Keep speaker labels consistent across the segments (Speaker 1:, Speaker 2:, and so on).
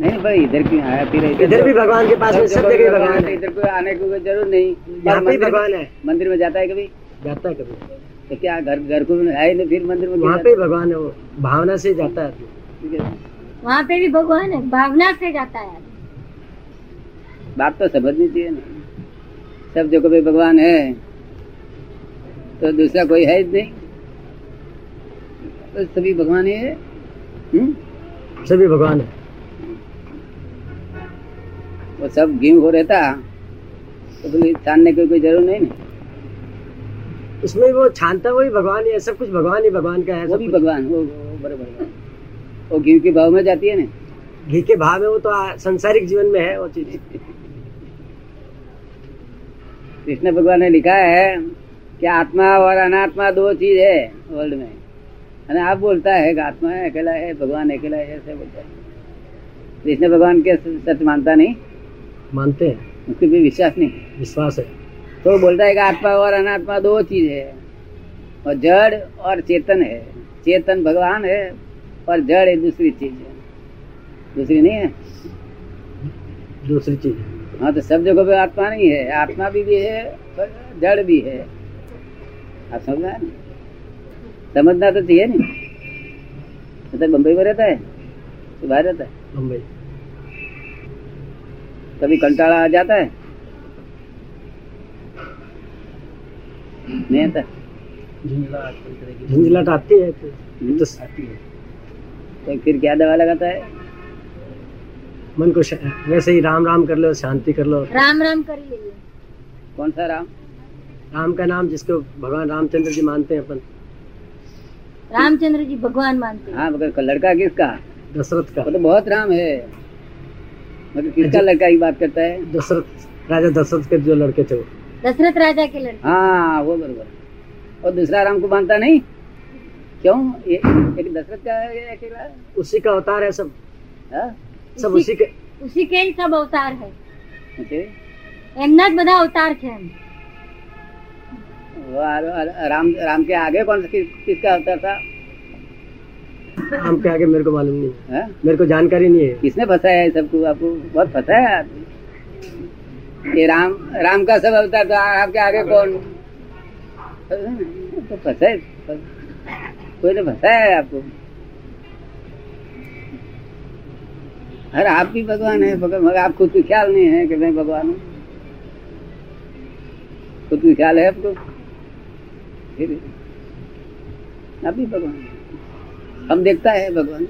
Speaker 1: नहीं भाई इधर क्यों आया फिर
Speaker 2: इधर भी भगवान के पास में सब जगह भगवान है
Speaker 1: इधर कोई आने की कोई जरूरत नहीं
Speaker 2: यहाँ पे भी
Speaker 1: मंदिर-
Speaker 2: भगवान है
Speaker 1: मंदिर में जाता है कभी
Speaker 2: जाता है कभी
Speaker 1: तो क्या घर घर को भी है ही नहीं फिर मंदिर में क्यों
Speaker 2: वहाँ पे भी भगवान है वो भावना से जाता है आदमी।
Speaker 1: जाता है?
Speaker 3: वहाँ पे भी भगवान है भावना से जाता है
Speaker 1: बात तो समझनी चाहिए ना सब जगह पे भगवान है तो दूसरा कोई है ही नहीं तो सभी भगवान ही है हम्म?
Speaker 2: सभी भगवान है
Speaker 1: वो सब घी हो रहता तो बोले छानने की कोई जरूरत नहीं ना
Speaker 2: उसमें वो छानता वही भगवान ही है सब कुछ भगवान ही भगवान का है
Speaker 1: वो
Speaker 2: सब
Speaker 1: भी
Speaker 2: कुछ।
Speaker 1: भगवान वो वो बड़े भगवान वो घी के भाव में जाती है ना
Speaker 2: घी के भाव है वो तो आ- संसारिक जीवन में है वो चीज
Speaker 1: कृष्ण भगवान ने लिखा है कि आत्मा और अनात्मा दो चीज है वर्ल्ड में है आप बोलता है कि आत्मा है अकेला है भगवान अकेला है ऐसे बोलता है कृष्ण भगवान के सच मानता नहीं
Speaker 2: मानते हैं
Speaker 1: उसके भी विश्वास नहीं
Speaker 2: विश्वास है
Speaker 1: तो बोलता है कि आत्मा और अनात्मा दो चीज है और जड़ और चेतन है चेतन भगवान है और जड़ एक दूसरी चीज है दूसरी नहीं है
Speaker 2: दूसरी चीज
Speaker 1: हाँ तो सब जगह पे आत्मा नहीं है आत्मा भी, भी है पर जड़ भी है आप समझ में आया ना? समझना तो चाहिए नहीं तो तक बम्बई में रहता है कि बाहर रहता है
Speaker 2: मुंबई
Speaker 1: कभी कंटाला आ जाता है नहीं आता
Speaker 2: झुंझलाट आती है तो-
Speaker 1: हम्म?
Speaker 2: तो
Speaker 1: तो फिर क्या दवा लगाता है
Speaker 2: मन को शा- वैसे ही राम राम कर लो शांति कर लो
Speaker 3: राम राम कर लीजिए
Speaker 1: कौन सा राम
Speaker 2: राम का नाम जिसको भगवान रामचंद्र जी मानते हैं अपन
Speaker 3: रामचंद्र जी भगवान मानते हैं
Speaker 1: हाँ मगर लड़का किसका
Speaker 2: दशरथ का
Speaker 1: वो तो बहुत राम है मगर किसका
Speaker 2: अच्छा।
Speaker 1: लड़का की बात करता है
Speaker 2: दशरथ राजा दशरथ के जो लड़के थे वो
Speaker 3: दशरथ राजा के लड़के
Speaker 1: हाँ वो बरबर और दूसरा राम को मानता नहीं क्यों ये एक दशरथ का है, ये अकेला है।
Speaker 2: उसी का अवतार है सब
Speaker 1: हाँ?
Speaker 2: सब
Speaker 3: उसी-
Speaker 2: उसी के
Speaker 3: उसी के ही सब अवतार है
Speaker 1: ओके।
Speaker 3: એમના જ બધા અવતાર છે એમ
Speaker 1: वो आ- आ- राम राम के आगे कौन सा किस, किसका अवतार था
Speaker 2: नाम के आगे मेरे को मालूम नहीं है।
Speaker 1: हाँ?
Speaker 2: मेरे को जानकारी नहीं है
Speaker 1: किसने फंसाया है सबको आपको बहुत फंसाया है आपने। ये राम राम का सब अवतार था आपके आगे कौन तो फंसाए कोई ने फंसाया है आपको अरे आप भी भगवान है भगवान मगर आपको तो ख्याल नहीं है कि मैं भगवान हूँ खुद को ख्याल है आपको फिर आप भी भगवान हैं। हम देखता है भगवान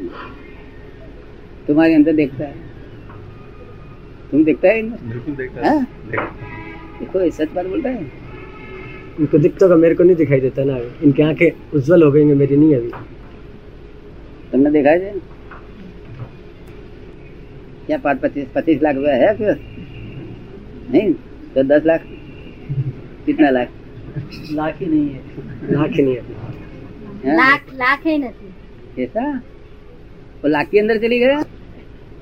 Speaker 1: तुम्हारे अंदर देखता है तुम देखता है इनमें?
Speaker 4: बिल्कुल देखा
Speaker 1: हाँ?
Speaker 4: देखा।
Speaker 1: देखो ये सच बात बोलता है
Speaker 2: इनको दिखता होगा मेरे को नहीं दिखाई देता ना अभी। इनकी आंखें उज्जवल हो गई हैं, मेरी नहीं अभी
Speaker 1: तुमने देखा है जी? क्या पाँच पच्चीस पच्चीस लाख रुपया है फिर नहीं तो दस लाख कितना लाख
Speaker 2: लाख ही नहीं है लाख ही नहीं है
Speaker 1: हाँ?
Speaker 3: લાખ લાખે નથી
Speaker 1: ऐसा वो लाख के अंदर चली गया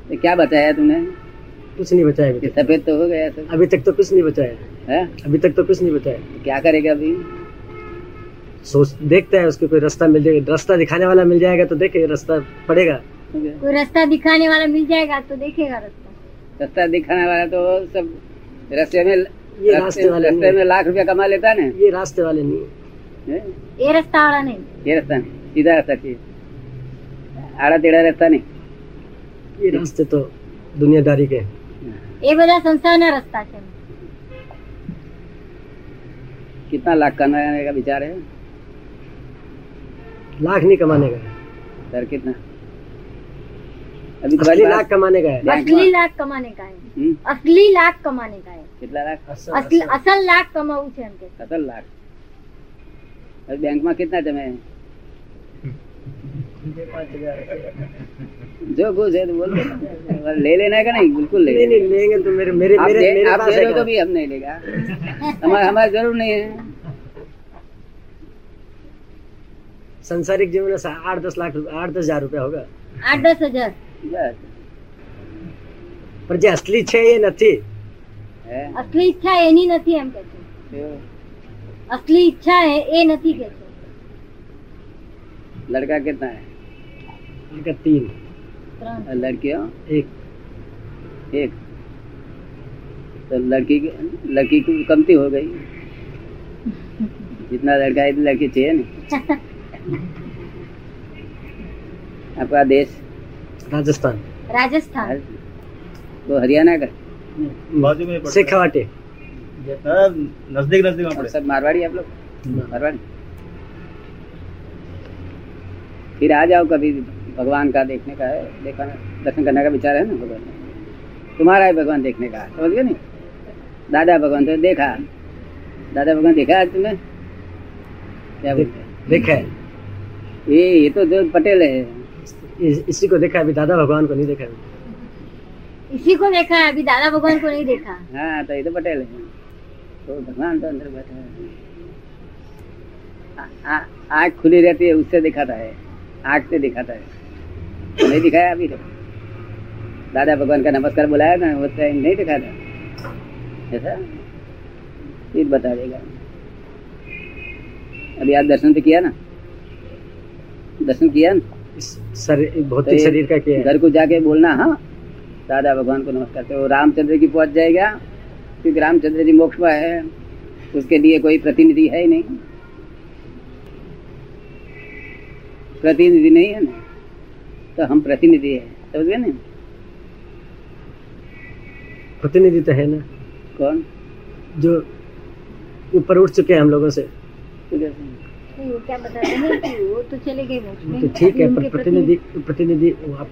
Speaker 1: तो क्या बताया तुमने
Speaker 2: कुछ नहीं बचा है अभी
Speaker 1: कि
Speaker 2: तक।
Speaker 1: सफेद तो हो गया सब
Speaker 2: अभी तक तो कुछ नहीं बचा है
Speaker 1: है
Speaker 2: अभी तक तो कुछ नहीं बचा है
Speaker 1: तो क्या करेगा अभी
Speaker 2: सोच देखते हैं उसको कोई रास्ता मिल जाएगा रास्ता दिखाने वाला मिल जाएगा तो देखे रास्ता पड़ेगा
Speaker 1: हो गया।
Speaker 3: કોઈ રસ્તા દિખાને વાળા મિલ જાયેગા તો દેખેગા રસ્ता
Speaker 1: रास्ता दिखाने वाला तो सब रस्ते में
Speaker 2: ये
Speaker 1: रास्ते
Speaker 2: रास्ते वाले
Speaker 1: रस्ते
Speaker 2: नहीं
Speaker 1: में लाख रुपया कमा लेता है
Speaker 2: है। ये रास्ते वाले नहीं है।
Speaker 1: ना है?
Speaker 3: એ રસ્તા વાળા નહીં
Speaker 1: ये रास्ता नहीं सीधा रास्ता चाहिए आड़ा टेढ़ा रास्ता नहीं
Speaker 2: ये रास्ते तो दुनियादारी के हैं।
Speaker 3: એ બધા સંસારના રસ્તા છે એમ.
Speaker 1: कितना लाख कमाने का विचार है
Speaker 2: लाख नहीं कमाने का है।
Speaker 1: सर कितना अभी तुम्हारी
Speaker 2: असली
Speaker 1: बात-
Speaker 2: लाख कमाने का है
Speaker 1: बैंक
Speaker 3: અસલી
Speaker 1: માં.
Speaker 3: લાખ કમાને કા હે
Speaker 1: हम्म,
Speaker 3: અસલી લાખ કમાને કા હે
Speaker 1: कितना लाख
Speaker 3: અસલ
Speaker 1: अच्छा।
Speaker 3: અસલ લાખ કમાવું છે એમ કે
Speaker 1: सत्तर लाख अभी बैंक में कितना जमे जो घुस है तो बोल दो ना। और ले लेना है का नहीं बिल्कुल ले
Speaker 2: नहीं
Speaker 1: लेना
Speaker 2: नहीं लेंगे तो मेरे मेरे
Speaker 1: आप
Speaker 2: मेरे
Speaker 1: दे,
Speaker 2: मेरे
Speaker 1: आप
Speaker 2: पास
Speaker 1: दे रहे हो
Speaker 2: है
Speaker 1: तो
Speaker 2: क्या?
Speaker 1: भी हम नहीं लेगा हमारा हमारा जरूर नहीं है
Speaker 2: संसारिक जीवन में सा- आठ दस लाख रुपए- आठ दस हजार रुपया होगा
Speaker 3: આઠ દસ હજાર
Speaker 1: बस
Speaker 2: पर जो असली छे ये નથી
Speaker 1: है
Speaker 3: અસલી ઈચ્છા એની નથી એમ કે છે
Speaker 1: तो
Speaker 3: અસલી ઈચ્છા હે એ નથી કે છે
Speaker 1: लड़का कितना है
Speaker 2: इनका तीन
Speaker 3: ત્રણ
Speaker 1: और लड़कियों
Speaker 2: एक
Speaker 1: एक तो लड़की की- लड़की की कमती हो गई जितना लड़का है इतनी लड़की चाहिए ना आपका देश
Speaker 2: राजस्थान
Speaker 3: राजस्थान
Speaker 1: तो हरियाणा का
Speaker 4: बाजू में ही पड़ता है।
Speaker 2: शेखावाटी
Speaker 4: हाँ, नजदीक नजदीक में
Speaker 1: और
Speaker 4: पड़े
Speaker 1: सब मारवाड़ी आप लोग मारवाड़ी फिर आ जाओ कभी भगवान का देखने का है देखा दर्शन करने का विचार है ना भगवान का। तुम्हारा है भगवान देखने का समझ गए नहीं दादा भगवान तो देखा दादा भगवान देखा आज तुमने क्या बोलते हैं?
Speaker 2: देखा है
Speaker 1: ये ये तो जो पटेल है
Speaker 2: इस- इसी को देखा है, अभी दादा भगवान को नहीं देखा है।
Speaker 3: इसी को देखा है अभी दादा भगवान को नहीं देखा
Speaker 1: हाँ तो ये तो पटेल है तो भगवान तो अंदर बैठा है आ- आ- आँख खुली रहती है उससे दिखाता है आँख से दिखाता है नहीं दिखाया अभी तक दादा भगवान का नमस्कार बुलाया ना उस टाइम नहीं दिखाता ऐसा फिर बता देगा अभी आप दर्शन तो किया ना दर्शन किया ना
Speaker 2: इस शरीर
Speaker 1: तो ये
Speaker 2: भौतिक शरीर का किया है।
Speaker 1: घर को जाके बोलना हाँ दादा भगवान को नमस्कार तो रामचंद्र जी पहुंच जाएगा क्योंकि रामचंद्र जी मोक्ष में है उसके लिए कोई प्रतिनिधि है ही नहीं प्रतिनिधि नहीं है ना तो हम प्रतिनिधि है समझ गए ना
Speaker 2: प्रतिनिधि तो है ना
Speaker 1: कौन
Speaker 2: जो ऊपर उठ चुके हैं हम लोगों से
Speaker 1: तुझे
Speaker 3: नहीं, वो क्या बताते नहीं कि वो तो चले गए मोक्ष में।
Speaker 2: तो ठीक है
Speaker 3: उनके
Speaker 2: पर प्रतिनिधि प्रतिनिधि वो आप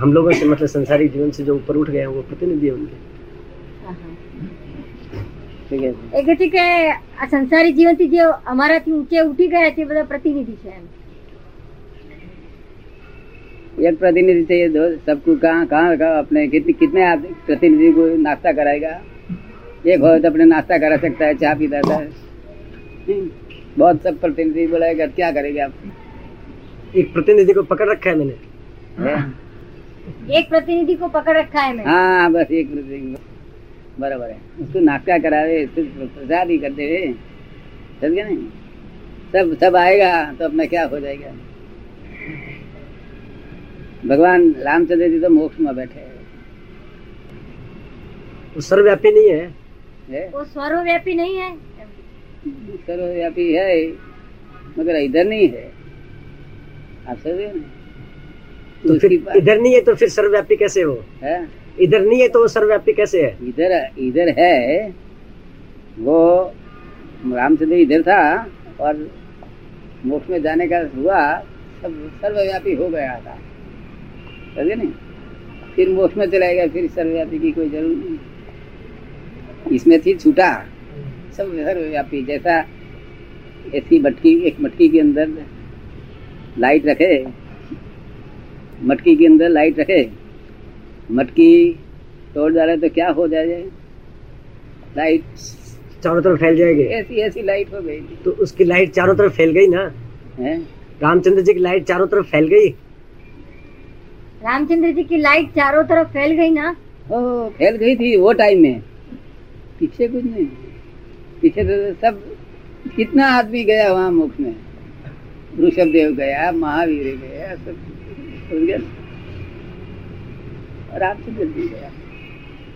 Speaker 2: हम लोगों से मतलब संसारिक जीवन से जो ऊपर उठ गए हैं वो प्रतिनिधि है उनके
Speaker 3: પ્રતિ- હા, હા.
Speaker 1: ठीक है
Speaker 3: એ કહે છે કે આ સંસારી જીવનથી જે અમારાથી ઊંચે ઉઠી ગયા છે એ બધા પ્રતિનિધિ છે એમ
Speaker 1: एक प्रतिनिधि चाहिए दो सबको कहाँ कहाँ कहाँ अपने कितने कितने आप प्रतिनिधि को नाश्ता कराएगा एक हो तो अपने नाश्ता करा सकता है चाय पिला सकता है हम्म, बहुत सब प्रतिनिधि बुलाएगा क्या करेंगे आप
Speaker 2: एक प्रतिनिधि को पकड़ रखा है मैंने
Speaker 1: है?
Speaker 3: એક પ્રતિનિધિ કો પકડ રખા હે મેં
Speaker 1: हाँ बस एक प्रतिनिधि बराबर है उसको नाश्ता करावे उसको प्रसाद ही करते हुए समझ गया नहीं सब सब आएगा तो अपना क्या हो जाएगा भगवान रामचंद्र जी तो मोक्ष में बैठे हैं।
Speaker 2: वो सर्वव्यापी नहीं है
Speaker 1: हैं
Speaker 3: वो સ્વર્ગવ્યાપી નહીં હે એમ.
Speaker 1: सर्वव्यापी है मगर इधर नहीं है आप समझे ना?
Speaker 2: तो
Speaker 1: उसकी
Speaker 2: फिर
Speaker 1: बात-
Speaker 2: इधर नहीं है तो फिर सर्वव्यापी कैसे हो
Speaker 1: है?
Speaker 2: इधर नहीं है तो वो सर्वव्यापी कैसे है
Speaker 1: इधर इधर है वो रामचंद्र इधर था और मोक्ष में जाने का हुआ सब सर्वव्यापी हो गया था समझे नहीं फिर मोक्ष में चला गया फिर सर्वव्यापी की कोई जरूरत नहीं इसमें थी छूटा सब सर्वव्यापी जैसा ऐसी मटकी एक मटकी के अंदर लाइट रखे मटकी के अंदर लाइट रखे मटकी तोड़ डाले तो क्या हो जाए लाइट
Speaker 2: चारों तरफ फैल जाएगी
Speaker 1: ऐसी ऐसी लाइट हो गई
Speaker 2: तो उसकी लाइट चारों तरफ फैल गई ना
Speaker 1: है
Speaker 2: रामचंद्र जी की लाइट चारों तरफ फैल गई
Speaker 3: રામચંદ્રજી કી લાઈટ ચારો તરફ ફેલ ગઈ ના
Speaker 1: ओ फैल गई थी वो टाइम में पीछे कुछ नहीं पीछे तो सब कितना आदमी गया वहाँ मुख में ऋषभ देव गया महावीर गया सब समझ गए? और रामचंद्र जी गया